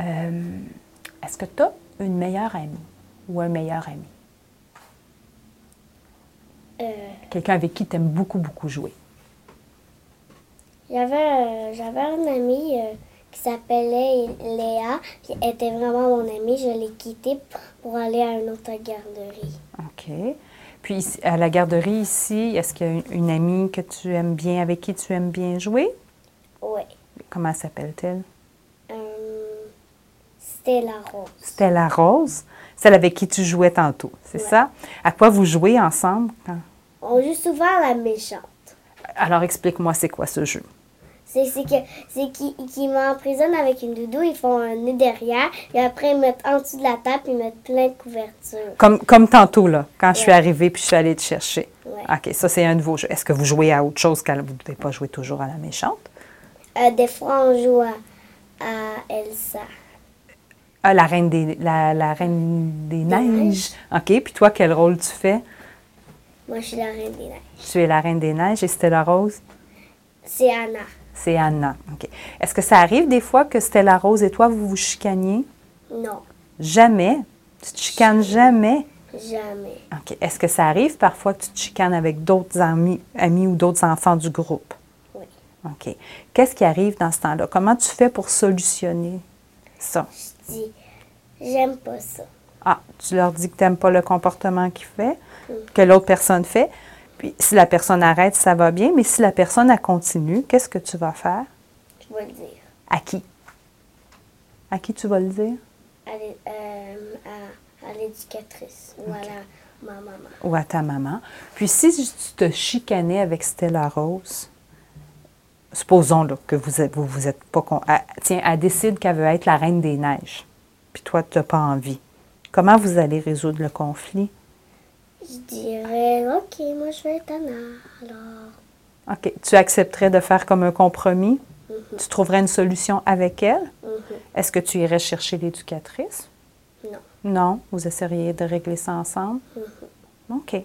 Euh, Est-ce que tu as une meilleure amie ou un meilleur ami? Euh, Quelqu'un avec qui tu aimes beaucoup, beaucoup jouer. J'avais euh, j'avais un ami euh, qui s'appelait Léa, puis elle était vraiment mon amie. Je l'ai quittée p- pour aller à une autre garderie. OK. Puis ici- à la garderie ici, est-ce qu'il y a une, une amie que tu aimes bien, avec qui tu aimes bien jouer? Ouais. Comment s'appelle-t-elle? Euh, C'était la rose. Stella Rose, celle avec qui tu jouais tantôt, c'est ça? À quoi vous jouez ensemble? quand- On joue souvent à la méchante. Alors explique-moi, c'est quoi ce jeu? C'est c'est que c'est qu'ils qu'ils m'emprisonnent avec une doudou, ils font un nœud derrière, et après ils mettent en dessous de la table, ils mettent plein de couvertures. Comme, comme tantôt, là, quand je suis arrivée puis je suis allée te chercher. Ouais. OK, ça, c'est un de vos jeux. Est-ce que vous jouez à autre chose quand vous ne devez pas jouer toujours à la méchante? Euh, des fois on joue à, à Elsa. Ah, la Reine des, la, la reine des Neiges. OK, puis toi, quel rôle tu fais? Moi je suis la reine des neiges. Tu es la Reine des Neiges et Stella Rose, C'est Anna. c'est Anna. OK. Est-ce que ça arrive des fois que Stella Rose et toi, vous vous chicaniez? Non, Jamais. Tu te chicanes jamais. jamais. OK. Est-ce que ça arrive parfois que tu te chicanes avec d'autres amis, amis ou d'autres enfants du groupe? Oui. OK. Qu'est-ce qui arrive dans ce temps-là? Comment tu fais pour solutionner ça? Je dis, j'aime pas ça. Ah, tu leur dis que tu n'aimes pas le comportement qu'il fait, que l'autre personne fait. Puis si la personne arrête, ça va bien, mais si la personne elle continue, qu'est-ce que tu vas faire? Je vais le dire. À qui? À qui tu vas le dire? Allez, euh, à, à l'éducatrice ou à la, ma maman. Ou à ta maman. Puis si tu te chicanais avec Stella Rose, supposons là, que vous êtes, vous, vous êtes pas... con- elle- tiens, elle décide qu'elle veut être la reine des neiges, puis toi, tu n'as pas envie. Comment vous allez résoudre le conflit? Je dirais, ok, moi je vais être Anna. Alors, OK. Tu accepterais de faire comme un compromis? Tu trouverais une solution avec elle? mhm, Est-ce que tu irais chercher l'éducatrice? non. Non, vous essaieriez de régler ça ensemble? OK.